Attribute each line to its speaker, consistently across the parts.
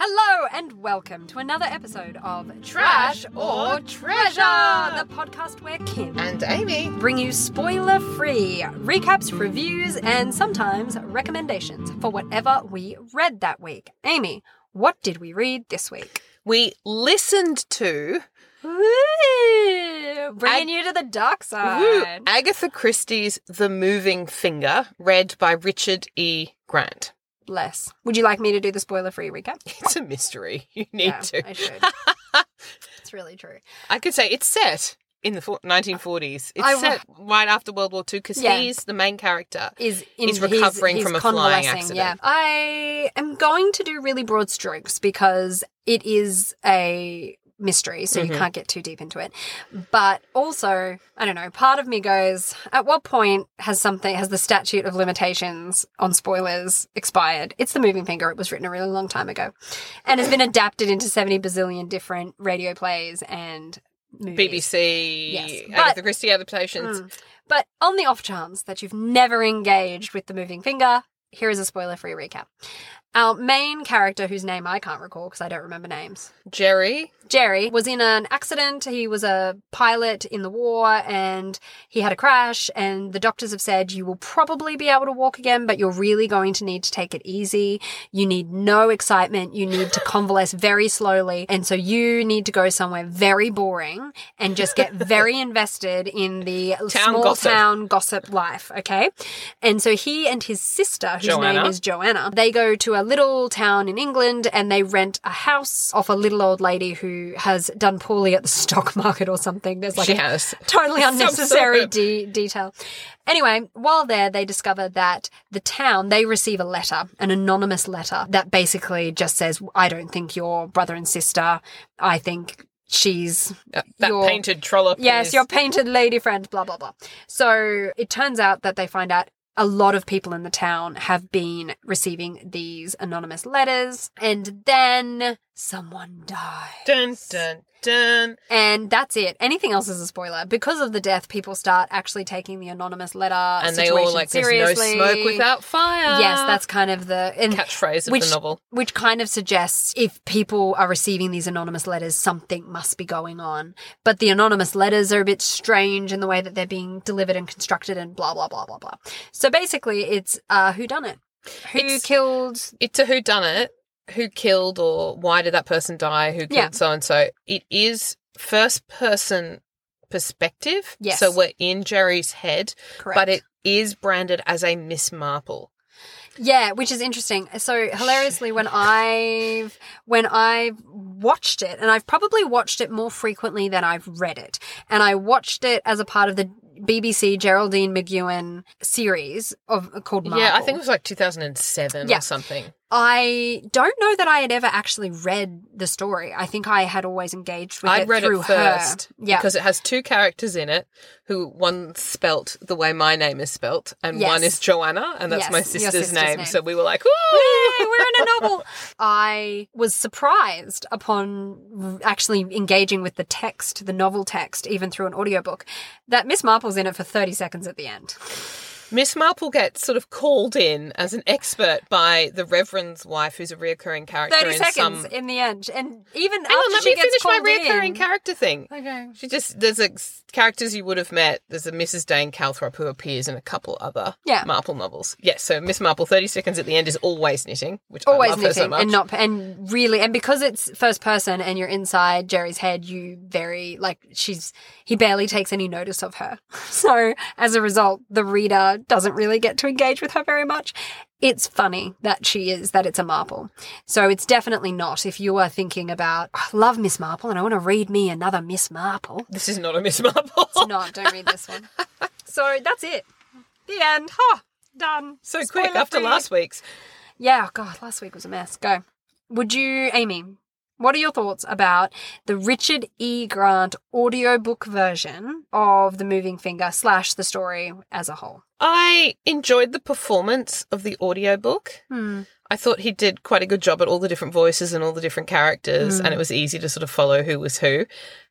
Speaker 1: Hello and welcome to another episode of
Speaker 2: Trash
Speaker 1: Trash
Speaker 2: or
Speaker 1: or Treasure, the
Speaker 2: Treasure.
Speaker 1: podcast where Kim
Speaker 2: And Amy.
Speaker 1: bring you spoiler-free recaps, reviews, and sometimes recommendations for whatever we read that week. Amy, what did we read this week?
Speaker 2: We listened to
Speaker 1: Ooh, bringing you to the dark
Speaker 2: woo,
Speaker 1: side.
Speaker 2: Agatha Christie's The Moving Finger, read by Richard E. Grant.
Speaker 1: Less. Would you like me to do the spoiler-free recap?
Speaker 2: It's a mystery. You need
Speaker 1: yeah,
Speaker 2: to.
Speaker 1: I
Speaker 2: I,
Speaker 1: should. it's really true.
Speaker 2: could say it's set in the fo- 1940s. It's
Speaker 1: I-
Speaker 2: set right after World War II because
Speaker 1: Yeah.
Speaker 2: he's the main character.
Speaker 1: is in,
Speaker 2: He's recovering
Speaker 1: he's
Speaker 2: from a flying
Speaker 1: convalescing,
Speaker 2: accident.
Speaker 1: Yeah, I am going to do really broad strokes because it is a mystery, so you
Speaker 2: Mhm.
Speaker 1: can't get too deep into it. But also, I don't know. Part of me goes, at what point has something has the statute of limitations on spoilers expired? It's the moving finger. It was written a really long time ago, and has been adapted into seventy bazillion different radio plays and. Movies.
Speaker 2: BBC,
Speaker 1: Yes, but-
Speaker 2: Agatha Christie adaptations.
Speaker 1: Mm. But on the off chance that you've never engaged with the moving finger, here is a spoiler free recap. Our main character, whose name I can't recall because I don't remember names,
Speaker 2: Jerry,
Speaker 1: Jerry, was in an accident. He was a pilot in the war and he had a crash. And the doctors have said, You will probably be able to walk again, but you're really going to need to take it easy. You need no excitement. You need to convalesce very slowly. And so you need to go somewhere very boring and just get very invested in the small
Speaker 2: gossip.
Speaker 1: town gossip life. Okay. And so he and his sister, whose name
Speaker 2: Joanna.
Speaker 1: is Joanna, they go to a little town in England and they rent a house off a little old lady who has done poorly at the stock market or something. There's like
Speaker 2: she
Speaker 1: a
Speaker 2: has.
Speaker 1: totally
Speaker 2: Some
Speaker 1: unnecessary
Speaker 2: sort of-
Speaker 1: de- detail. Anyway, while there, they discover that the town they receive a letter, an anonymous letter that basically just says, "I don't think your brother and sister. I think she's
Speaker 2: Uh, that
Speaker 1: your-
Speaker 2: painted trollop.
Speaker 1: yes,
Speaker 2: is-
Speaker 1: your painted lady friend." Blah blah blah. So it turns out that they find out. A lot of people in the town have been receiving these anonymous letters, and then someone dies.
Speaker 2: Dun, dun, dun.
Speaker 1: And that's it. Anything else is a spoiler. Because of the death, people start actually taking the anonymous letter
Speaker 2: And they
Speaker 1: situation
Speaker 2: all like, there's no
Speaker 1: seriously.
Speaker 2: smoke without fire.
Speaker 1: Yes, that's kind of the and
Speaker 2: catchphrase of
Speaker 1: which-
Speaker 2: the novel.
Speaker 1: which kind of suggests if people are receiving these anonymous letters, something must be going on. But the anonymous letters are a bit strange in the way that they're being delivered and constructed, and blah blah blah blah blah. So basically, it's uh, who done it, who
Speaker 2: It's-
Speaker 1: killed
Speaker 2: It's a who done it, who killed or why did that person die, who killed
Speaker 1: Yeah.
Speaker 2: so and so. It is first person perspective.
Speaker 1: Yes.
Speaker 2: So we're in Jerry's head,
Speaker 1: correct.
Speaker 2: but it is branded as a Miss Marple.
Speaker 1: Yeah, which is interesting. So hilariously, when I've when I've watched it, and I've probably watched it more frequently than I've read it, and I watched it as a part of the BBC Geraldine McEwen series of called Marble.
Speaker 2: Yeah, I think it was like 2007
Speaker 1: Yeah.
Speaker 2: or something.
Speaker 1: I don't know that I had ever actually read the story. I think I had always engaged with
Speaker 2: I'd
Speaker 1: it
Speaker 2: read
Speaker 1: through
Speaker 2: it first
Speaker 1: her. Yeah,
Speaker 2: because it has two characters in it who one spelt the way my name is spelt and one
Speaker 1: Yes.
Speaker 2: is Joanna and that's
Speaker 1: Yes,
Speaker 2: my
Speaker 1: your
Speaker 2: sister's,
Speaker 1: sister's
Speaker 2: name.
Speaker 1: name.
Speaker 2: So we were like, "Ooh!"
Speaker 1: Yay, we're in a novel. I was surprised upon actually engaging with the text, the novel text, even through an audiobook, that Miss Marple's in it for 30 seconds at the end.
Speaker 2: Miss Marple gets sort of called in as an expert by the Reverend's wife, who's a reoccurring character
Speaker 1: 30
Speaker 2: in
Speaker 1: seconds
Speaker 2: some.
Speaker 1: in the end. And even
Speaker 2: Hang
Speaker 1: after
Speaker 2: on, let
Speaker 1: she
Speaker 2: me
Speaker 1: gets
Speaker 2: finish my
Speaker 1: called
Speaker 2: reoccurring
Speaker 1: in,
Speaker 2: character thing.
Speaker 1: Okay.
Speaker 2: She just there's a, characters you would have met. There's a Mrs. Dane Calthrop who appears in a couple other
Speaker 1: Yeah.
Speaker 2: Marple novels. Yes, so Miss Marple, thirty seconds at the end is always knitting, which I
Speaker 1: Always
Speaker 2: love
Speaker 1: knitting
Speaker 2: her so much.
Speaker 1: and not and really and because it's first person and you're inside Jerry's head, you very like she's he barely takes any notice of her. So as a result, the reader doesn't really get to engage with her very much. It's funny that she is that it's a Marple. So it's definitely not if you are thinking about "Oh, I love Miss Marple and I want to read me another Miss Marple.
Speaker 2: this is not a Miss Marple.
Speaker 1: It's not, don't read this one. So that's it. The end. Ha! Done.
Speaker 2: so quick
Speaker 1: Spoiler
Speaker 2: after
Speaker 1: free.
Speaker 2: last week's.
Speaker 1: Yeah, God, last week was a mess. Go. Would you, Amy, what are your thoughts about the Richard E. Grant audiobook version of The Moving Finger slash the story as a whole?
Speaker 2: I enjoyed the performance of the audiobook.
Speaker 1: Hmm.
Speaker 2: I thought he did quite a good job at all the different voices and all the different characters,
Speaker 1: Hmm.
Speaker 2: and it was easy to sort of follow who was who.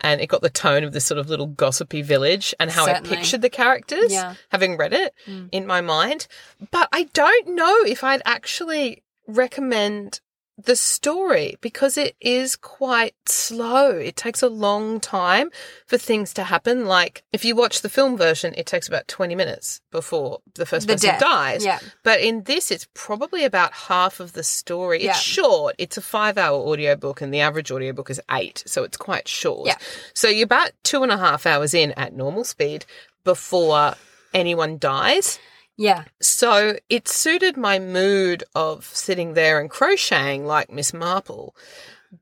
Speaker 2: And it got the tone of this sort of little gossipy village and how
Speaker 1: Certainly.
Speaker 2: I pictured the characters,
Speaker 1: Yeah.
Speaker 2: having read it
Speaker 1: Mm.
Speaker 2: in my mind. But I don't know if I'd actually recommend the story because it is quite slow. It takes a long time for things to happen. Like if you watch the film version, it takes about 20 minutes before the first
Speaker 1: The
Speaker 2: person
Speaker 1: death,
Speaker 2: dies.
Speaker 1: yeah.
Speaker 2: But in this, it's probably about half of the story. It's
Speaker 1: Yeah.
Speaker 2: short. It's a five hour audiobook and the average audiobook is eight. So it's quite short.
Speaker 1: Yeah.
Speaker 2: So you're about two and a half hours in at normal speed before anyone dies.
Speaker 1: Yeah.
Speaker 2: So it suited my mood of sitting there and crocheting like Miss Marple.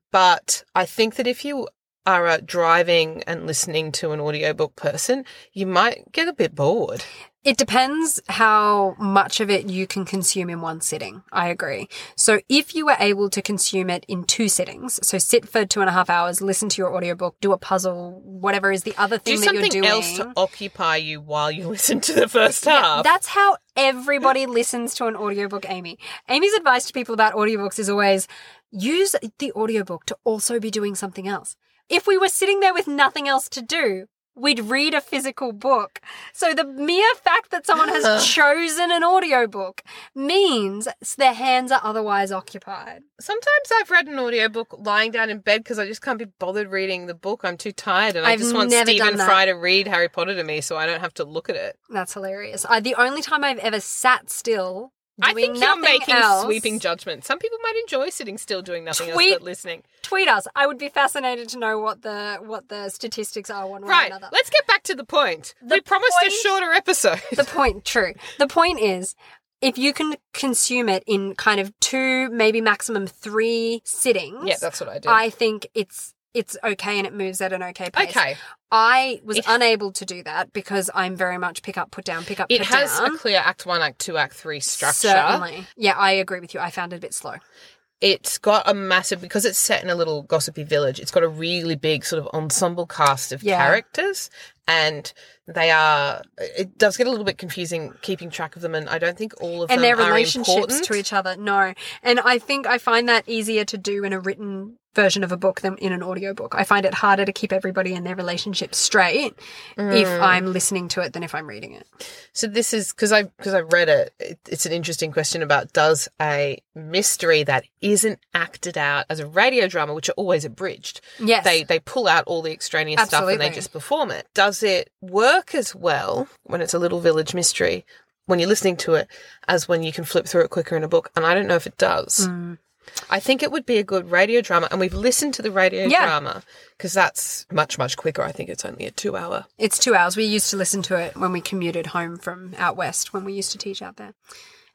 Speaker 2: But I think that if you are uh, driving and listening to an audiobook person, you might get a bit bored.
Speaker 1: It depends how much of it you can consume in one sitting. I agree. So if you were able to consume it in two sittings, so sit for two and a half hours, listen to your audiobook, do a puzzle, whatever is the other
Speaker 2: Do
Speaker 1: thing that you're
Speaker 2: something
Speaker 1: doing.
Speaker 2: else to occupy you while you listen to the first
Speaker 1: Yeah,
Speaker 2: half.
Speaker 1: that's how everybody listens to an audiobook, Amy. Amy's advice to people about audiobooks is always use the audiobook to also be doing something else. If we were sitting there with nothing else to do, we'd read a physical book. So the mere fact that someone has chosen an audiobook means their hands are otherwise occupied.
Speaker 2: Sometimes I've read an audiobook lying down in bed because I just can't be bothered reading the book. I'm too tired and I
Speaker 1: I've
Speaker 2: just want
Speaker 1: never
Speaker 2: Stephen
Speaker 1: done that.
Speaker 2: Fry to read Harry Potter to me so I don't have to look at it.
Speaker 1: That's hilarious. I, the only time I've ever sat still
Speaker 2: I
Speaker 1: doing
Speaker 2: think you're
Speaker 1: nothing
Speaker 2: making
Speaker 1: else,
Speaker 2: sweeping judgments. Some people might enjoy sitting still doing nothing
Speaker 1: Tweet-
Speaker 2: else but listening.
Speaker 1: tweet us. I would be fascinated to know what the what the statistics are one way or
Speaker 2: Right.
Speaker 1: another.
Speaker 2: Let's get back to the point.
Speaker 1: The
Speaker 2: we promised
Speaker 1: point-
Speaker 2: a shorter episode.
Speaker 1: the point true the point is if you can consume it in kind of two maybe maximum three sittings
Speaker 2: yeah, that's what I did.
Speaker 1: i think it's it's okay and it moves at an okay pace
Speaker 2: okay.
Speaker 1: i was
Speaker 2: It-
Speaker 1: unable to do that because i'm very much pick up put down pick up
Speaker 2: It
Speaker 1: put
Speaker 2: has
Speaker 1: down
Speaker 2: a clear act one, act two, act three structure.
Speaker 1: Certainly. Yeah, I agree with you. I found it a bit slow.
Speaker 2: It's got a massive because it's set in a little gossipy village. It's got a really big sort of ensemble cast of
Speaker 1: Yeah.
Speaker 2: characters, and they are. It does get a little bit confusing keeping track of them, and I don't think all of
Speaker 1: And
Speaker 2: them
Speaker 1: their
Speaker 2: are
Speaker 1: relationships
Speaker 2: important.
Speaker 1: to each other. No. And I think I find that easier to do in a written version of a book than in an audiobook. I find it harder to keep everybody and their relationships straight if
Speaker 2: Mm.
Speaker 1: I'm listening to it than if I'm reading it.
Speaker 2: So this is because I because I read it, it. It's an interesting question about does a mystery that isn't acted out as a radio drama, which are always abridged,
Speaker 1: Yes.
Speaker 2: they they pull out all the extraneous stuff and
Speaker 1: Absolutely.
Speaker 2: they just perform it. Does it work as well when it's a little village mystery when you're listening to it as when you can flip through it quicker in a book? And I don't know if it does.
Speaker 1: Mm.
Speaker 2: I think it would be a good radio drama, and we've listened to the radio
Speaker 1: Yeah.
Speaker 2: drama because that's much much quicker. I think it's only a two hour.
Speaker 1: It's two hours. We used to listen to it when we commuted home from out west when we used to teach out there.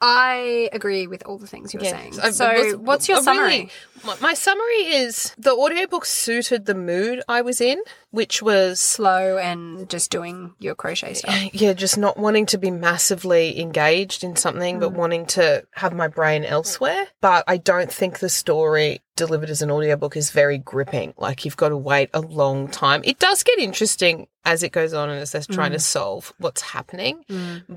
Speaker 1: I agree with all the things you were saying.
Speaker 2: I-
Speaker 1: so,
Speaker 2: it was-
Speaker 1: what's your
Speaker 2: I
Speaker 1: summary?
Speaker 2: really- my, my summary is the audiobook suited the mood I was in, which was
Speaker 1: Slow and just doing your crochet stuff.
Speaker 2: yeah, just not wanting to be massively engaged in something,
Speaker 1: Mm.
Speaker 2: but wanting to have my brain elsewhere. But I don't think the story delivered as an audiobook is very gripping. Like you've got to wait a long time. It does get interesting as it goes on and as they're trying
Speaker 1: Mm.
Speaker 2: to solve what's happening.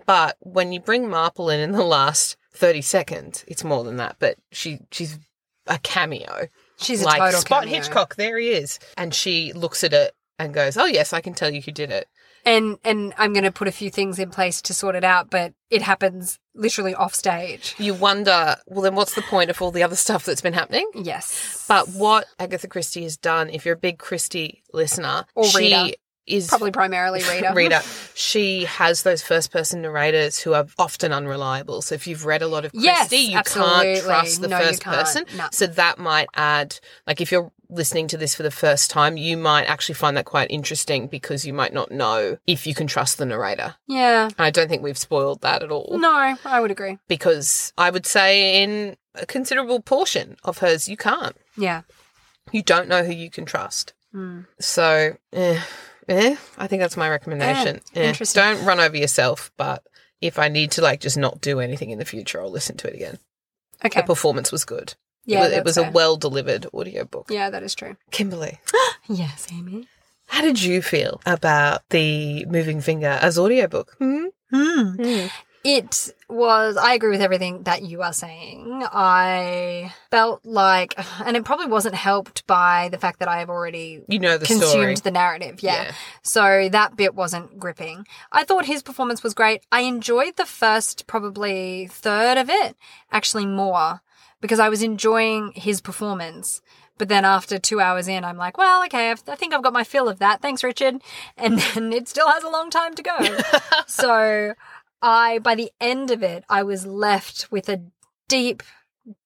Speaker 2: But when you bring Marple in in the last 30 seconds, it's more than that, but she she's a cameo
Speaker 1: She's a
Speaker 2: like
Speaker 1: total
Speaker 2: spot
Speaker 1: cameo.
Speaker 2: Hitchcock, there he is, and she looks at it and goes, "Oh yes, I can tell you who did it."
Speaker 1: And and I'm going to put a few things in place to sort it out, but it happens literally off stage.
Speaker 2: You wonder, well, then what's the point of all the other stuff that's been happening?
Speaker 1: Yes,
Speaker 2: But what Agatha Christie has done, if you're a big Christie listener,
Speaker 1: Or
Speaker 2: she
Speaker 1: reader.
Speaker 2: is
Speaker 1: probably primarily reader.
Speaker 2: she has those first person narrators who are often unreliable. So if you've read a lot of Christie,
Speaker 1: Yes,
Speaker 2: you
Speaker 1: absolutely.
Speaker 2: can't trust the
Speaker 1: No, you
Speaker 2: first
Speaker 1: can't.
Speaker 2: person.
Speaker 1: No.
Speaker 2: So that might add, like, if you're listening to this for the first time, you might actually find that quite interesting because you might not know if you can trust the narrator.
Speaker 1: Yeah.
Speaker 2: And I don't think we've spoiled that at all
Speaker 1: No, I would agree.
Speaker 2: because I would say in a considerable portion of hers, you can't.
Speaker 1: Yeah.
Speaker 2: You don't know who you can trust. So, eh, eh, I think that's my recommendation.
Speaker 1: Eh,
Speaker 2: Eh.
Speaker 1: interesting.
Speaker 2: Don't run over yourself, but if I need to like just not do anything in the future, I'll listen to it again.
Speaker 1: Okay.
Speaker 2: The performance was good.
Speaker 1: Yeah,
Speaker 2: it was,
Speaker 1: that's
Speaker 2: it was
Speaker 1: fair.
Speaker 2: a well delivered audiobook.
Speaker 1: Yeah, that is true.
Speaker 2: Kimberly,
Speaker 1: Yes, Amy.
Speaker 2: how did you feel about the Moving Finger as audiobook? Hmm?
Speaker 1: Hmm. It was, I agree with everything that you are saying. I felt like, and it probably wasn't helped by the fact that I have already
Speaker 2: You know the
Speaker 1: consumed
Speaker 2: story.
Speaker 1: the narrative. Yeah. So that bit wasn't gripping. I thought his performance was great. I enjoyed the first probably third of it, actually more. because I was enjoying his performance. But then after two hours in, I'm like, well, okay, I've, I think I've got my fill of that. Thanks, Richard. And then it still has a long time to go. so I, by the end of it, I was left with a deep,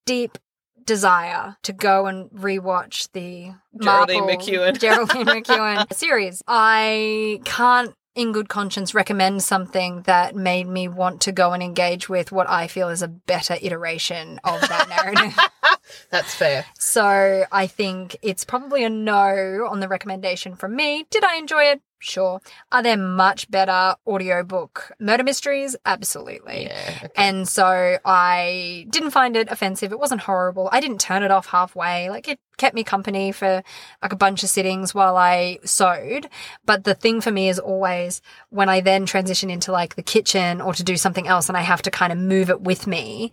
Speaker 1: deep desire to go and rewatch the
Speaker 2: Geraldine
Speaker 1: Marple-
Speaker 2: McEwan.
Speaker 1: Geraldine McEwen series. I can't in good conscience recommend something that made me want to go and engage with what I feel is a better iteration of that narrative.
Speaker 2: That's fair.
Speaker 1: so I think it's probably a no on the recommendation from me. Did I enjoy it? Sure. Are there much better audiobook murder mysteries? Absolutely.
Speaker 2: Yeah.
Speaker 1: And so I didn't find it offensive. It wasn't horrible. I didn't turn it off halfway. Like it kept me company for like a bunch of sittings while I sewed. But the thing for me is always when I then transition into like the kitchen or to do something else and I have to kind of move it with me,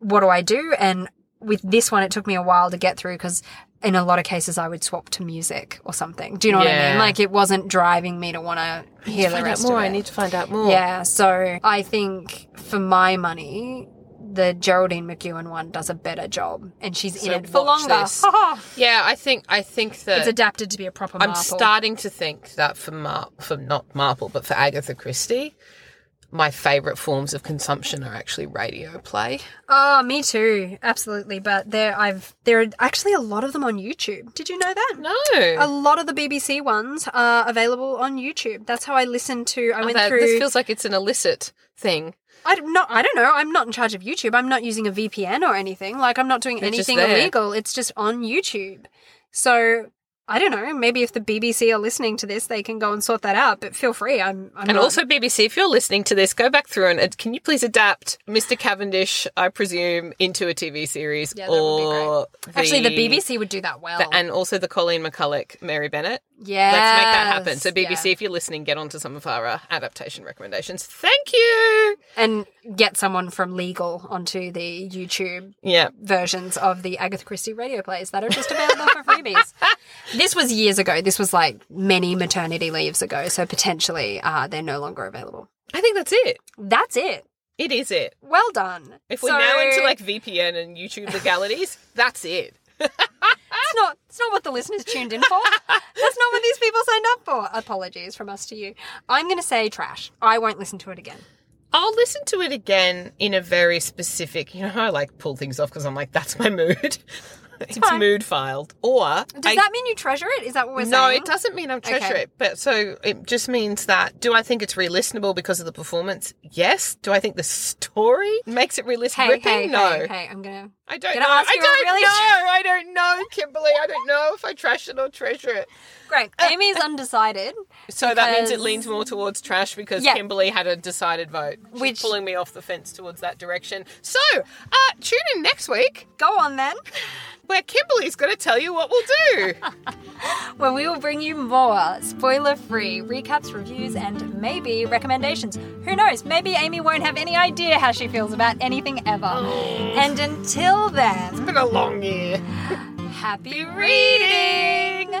Speaker 1: what do I do? And with this one, it took me a while to get through because in a lot of cases I would swap to music or something. Do you know what I
Speaker 2: Yeah.
Speaker 1: mean? Like it wasn't driving me to want to hear the
Speaker 2: Find out
Speaker 1: rest
Speaker 2: more.
Speaker 1: of it.
Speaker 2: I need to find out more.
Speaker 1: Yeah, so I think for my money, the Geraldine McEwen one does a better job, and she's
Speaker 2: So
Speaker 1: in it for
Speaker 2: watch
Speaker 1: longer.
Speaker 2: this. Yeah, I think I think that
Speaker 1: it's adapted to be a proper.
Speaker 2: I'm
Speaker 1: Marple.
Speaker 2: starting to think that for Mar- for not Marple, but for Agatha Christie, my favorite forms of consumption are actually radio play.
Speaker 1: Oh, me too, absolutely. But there, I've there are actually a lot of them on YouTube. Did you know that?
Speaker 2: No,
Speaker 1: A lot of the BBC ones are available on YouTube. That's how I listened to. I went
Speaker 2: That-
Speaker 1: through.
Speaker 2: this feels like it's an illicit thing.
Speaker 1: I don't know. I don't know. I'm not in charge of YouTube. I'm not using a VPN or anything. Like I'm not doing
Speaker 2: It's just
Speaker 1: anything
Speaker 2: there.
Speaker 1: illegal. It's just on YouTube. So I don't know. Maybe if the BBC are listening to this, they can go and sort that out. But feel free. I'm. I'm
Speaker 2: And
Speaker 1: not-
Speaker 2: also, BBC, if you're listening to this, go back through and and can you please adapt Mr. Cavendish, I presume, into a TV series
Speaker 1: Yeah, that would be great.
Speaker 2: or
Speaker 1: actually, the BBC would do that well.
Speaker 2: the- and also the Colleen McCulloch, Mary Bennett.
Speaker 1: yeah,
Speaker 2: Let's make that happen. So, BBC, if you're listening, get onto some of our uh, adaptation recommendations. Thank you.
Speaker 1: and get someone from legal onto the YouTube
Speaker 2: Yeah.
Speaker 1: versions of the Agatha Christie radio plays that are just available for freebies. This was years ago. This was like many maternity leaves ago. So potentially, uh, they're no longer available.
Speaker 2: I think that's it.
Speaker 1: That's it.
Speaker 2: It is it.
Speaker 1: Well done.
Speaker 2: If we're
Speaker 1: So,
Speaker 2: now into like VPN and YouTube legalities, that's it.
Speaker 1: Ah, it's not it's not what the listeners tuned in for. That's not what these people signed up for. Apologies from us to you. I'm going to say trash. I won't listen to it again.
Speaker 2: I'll listen to it again in a very specific. You know how I like pull things off because I'm like, that's my mood. It's,
Speaker 1: fine.
Speaker 2: mood filed. Or
Speaker 1: Does
Speaker 2: I-
Speaker 1: that mean you treasure it? Is that what we're
Speaker 2: no,
Speaker 1: saying?
Speaker 2: it doesn't mean I'm treasure
Speaker 1: Okay.
Speaker 2: it. But so it just means that do I think it's re-listenable because of the performance? Yes. Do I think the story makes it re-listenable?
Speaker 1: Hey, hey,
Speaker 2: no.
Speaker 1: hey, hey, I'm gonna.
Speaker 2: I don't
Speaker 1: Gonna
Speaker 2: know.
Speaker 1: ask
Speaker 2: I
Speaker 1: you a
Speaker 2: don't
Speaker 1: really-
Speaker 2: know. I don't know, Kimberly. I don't know if I trash it or treasure it.
Speaker 1: Great.
Speaker 2: Uh,
Speaker 1: Amy's undecided,
Speaker 2: So that means it
Speaker 1: Because-
Speaker 2: leans more towards trash because
Speaker 1: Yeah.
Speaker 2: Kimberly had a decided vote. She's
Speaker 1: Which-
Speaker 2: pulling me off the fence towards that direction. So uh, tune in next week
Speaker 1: go on then.
Speaker 2: where Kimberly's going to tell you what we'll do.
Speaker 1: Where we will bring you more spoiler free recaps, reviews, and maybe recommendations. Who knows? Maybe Amy won't have any idea how she feels about anything ever.
Speaker 2: Oh.
Speaker 1: And until then,
Speaker 2: it's been a long year.
Speaker 1: happy reading!